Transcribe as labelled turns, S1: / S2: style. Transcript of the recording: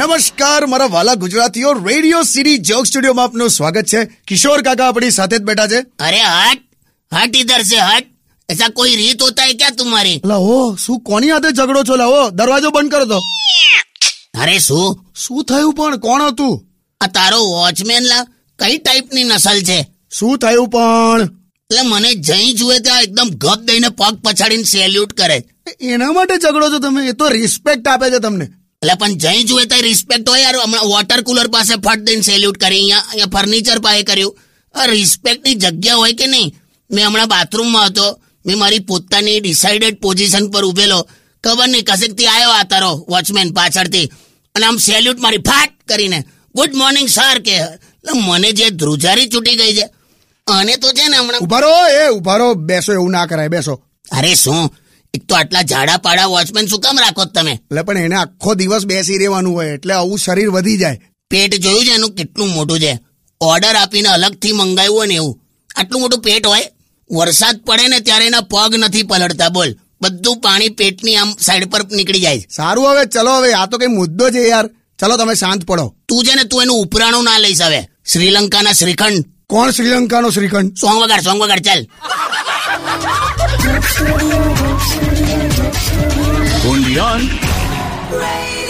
S1: નમસ્કાર મારા વાલા ગુજરાતીઓ રેડિયો સિટી જોક સ્ટુડિયોમાં આપનું સ્વાગત છે કિશોર કાકા આપણી સાથે જ બેઠા છે
S2: अरे हट हट इधर से हट ऐसा कोई रीत होता है क्या तुम्हारी
S1: લાવો શું કોની હાથે ઝઘડો છો લાવો દરવાજો બંધ કરો તો
S2: અરે શું
S1: શું થયું પણ કોણ હતું
S2: આ તારો વોચમેન લા કઈ ટાઈપની નસલ છે
S1: શું થયું પણ
S2: એટલે મને જઈ જુએ ત્યાં એકદમ ગપ દઈને પગ પછાડીને સેલ્યુટ કરે
S1: એના માટે ઝઘડો છો તમે એ તો રિસ્પેક્ટ આપે છે તમને
S2: એટલે પણ જઈ જુએ ત્યાં રિસ્પેક્ટ હોય યાર હમણાં વોટર કુલર પાસે ફટ દઈને સેલ્યુટ કરી અહીંયા અહીંયા ફર્નિચર પાસે કર્યું આ રિસ્પેક્ટની જગ્યા હોય કે નહીં મેં હમણાં બાથરૂમમાં હતો મેં મારી પોતાની ડિસાઇડેડ પોઝિશન પર ઉભેલો ખબર નહીં કશેકથી આવ્યો આ તારો વોચમેન પાછળથી અને આમ સેલ્યુટ મારી ફાટ કરીને ગુડ મોર્નિંગ સર કે એટલે મને જે ધ્રુજારી ચૂંટી ગઈ છે અને તો છે ને હમણાં
S1: ઉભા રહો એ ઉભા રહો બેસો એવું ના કરાય બેસો
S2: અરે શું એક તો આટલા ઝાડા પાડા વોચમેન શું કામ રાખો છો તમે
S1: એટલે પણ એને આખો દિવસ બેસી રહેવાનું હોય એટલે આવું શરીર વધી જાય
S2: પેટ જોયું છે એનું કેટલું મોટું છે ઓર્ડર આપીને અલગથી મંગાવ્યું હોય ને એવું આટલું મોટું પેટ હોય વરસાદ પડે ને ત્યારે એના પગ નથી પલળતા બોલ બધું પાણી પેટની આમ સાઈડ પર નીકળી જાય છે.
S1: સારું હવે ચલો હવે આ તો કઈ મુદ્દો છે યાર ચલો તમે શાંત પડો
S2: તું છે ને તું એનું ઉપરાણું ના લઈશ હવે શ્રીલંકાના શ્રીખંડ
S1: કોણ શ્રીલંકાનો શ્રીખંડ
S2: સોંગ વગાડ સોંગ વગાડ ચાલ
S3: only on
S4: Radio